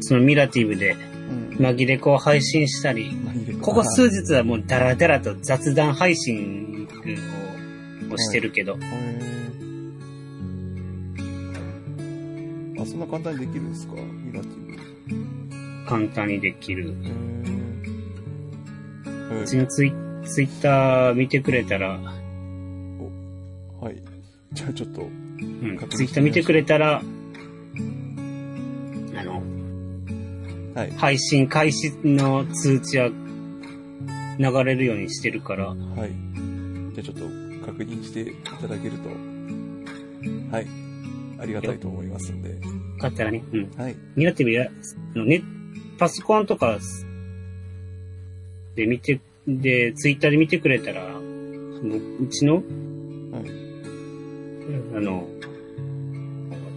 Speaker 2: そのミラティブで
Speaker 1: うん。
Speaker 2: 紛れ子を配信したり、
Speaker 1: まあいいです
Speaker 2: ここ数日はもうダラダラと雑談配信ををしてるけ
Speaker 1: へ
Speaker 2: ど、
Speaker 1: え。あ、そんな簡単にできるんですかミラティブ。
Speaker 2: 簡単にできる。
Speaker 1: へ
Speaker 2: う
Speaker 1: え
Speaker 2: ちのツイツイッター見てくれたら、
Speaker 1: はい。はい。じゃあちょっと、
Speaker 2: うん、ツイッター見てくれたら、あの、
Speaker 1: はい。
Speaker 2: 配信開始の通知は流れるようにしてるから、
Speaker 1: はい。じゃあちょっと確認していただけると、はい。ありがたいと思いますんで。
Speaker 2: 買ったらね、うん。
Speaker 1: はい。
Speaker 2: ミラティブや、あのね、パソコンとか、で見て、で、ツイッターで見てくれたら、そのうちの、あの、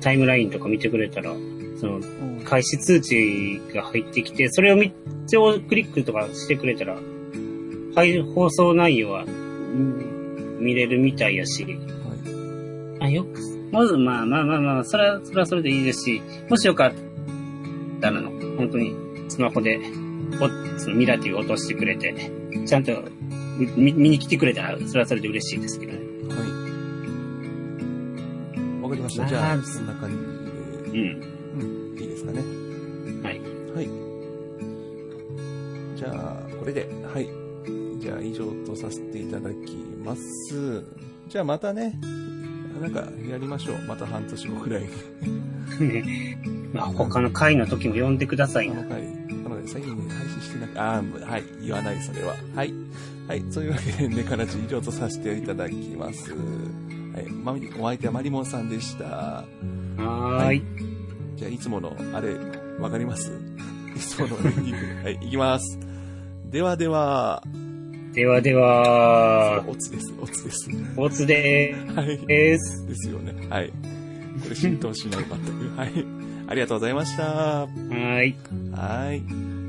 Speaker 2: タイムラインとか見てくれたら、その、
Speaker 1: うん
Speaker 2: 開始通知が入ってきて、それを見、それをクリックとかしてくれたら、配放送内容はうん見れるみたいやし、
Speaker 1: はい。
Speaker 2: あよく、まずまあまあまあまあ、それは、それはそれでいいですし、もしよかったらの、本当にスマホで、おそのミラティを落としてくれて、ちゃんと見見に来てくれたら、それはそれで嬉しいですけどね。
Speaker 1: はい。わかりました。じゃあ、そんな感じ
Speaker 2: うん。
Speaker 1: で、うん。いいですかね。
Speaker 2: はい。
Speaker 1: はい。じゃあ、これで、はい。じゃあ、以上とさせていただきます。じゃあ、またね、なんか、やりましょう。また半年後くらいに。
Speaker 2: まあ、他の回の時も呼んでください
Speaker 1: あ
Speaker 2: な。
Speaker 1: の回、なので最近ね、配信してなく、あーもうはい、言わない、それは。はい。はい、そういうわけで、ね、から以上とさせていただきます。はい、まみ、お相手はマリモンさんでした。
Speaker 2: はーい。
Speaker 1: じゃあ、いつもの、あれ、わかりますいつものエンディング。はい、いきます。ではでは、
Speaker 2: ではでは、
Speaker 1: おつです、おつです。
Speaker 2: おつで
Speaker 1: はい、
Speaker 2: ーす。
Speaker 1: ですよね。はい。これ浸透しない、全く。はい。ありがとうございました。
Speaker 2: はーい。
Speaker 1: はい。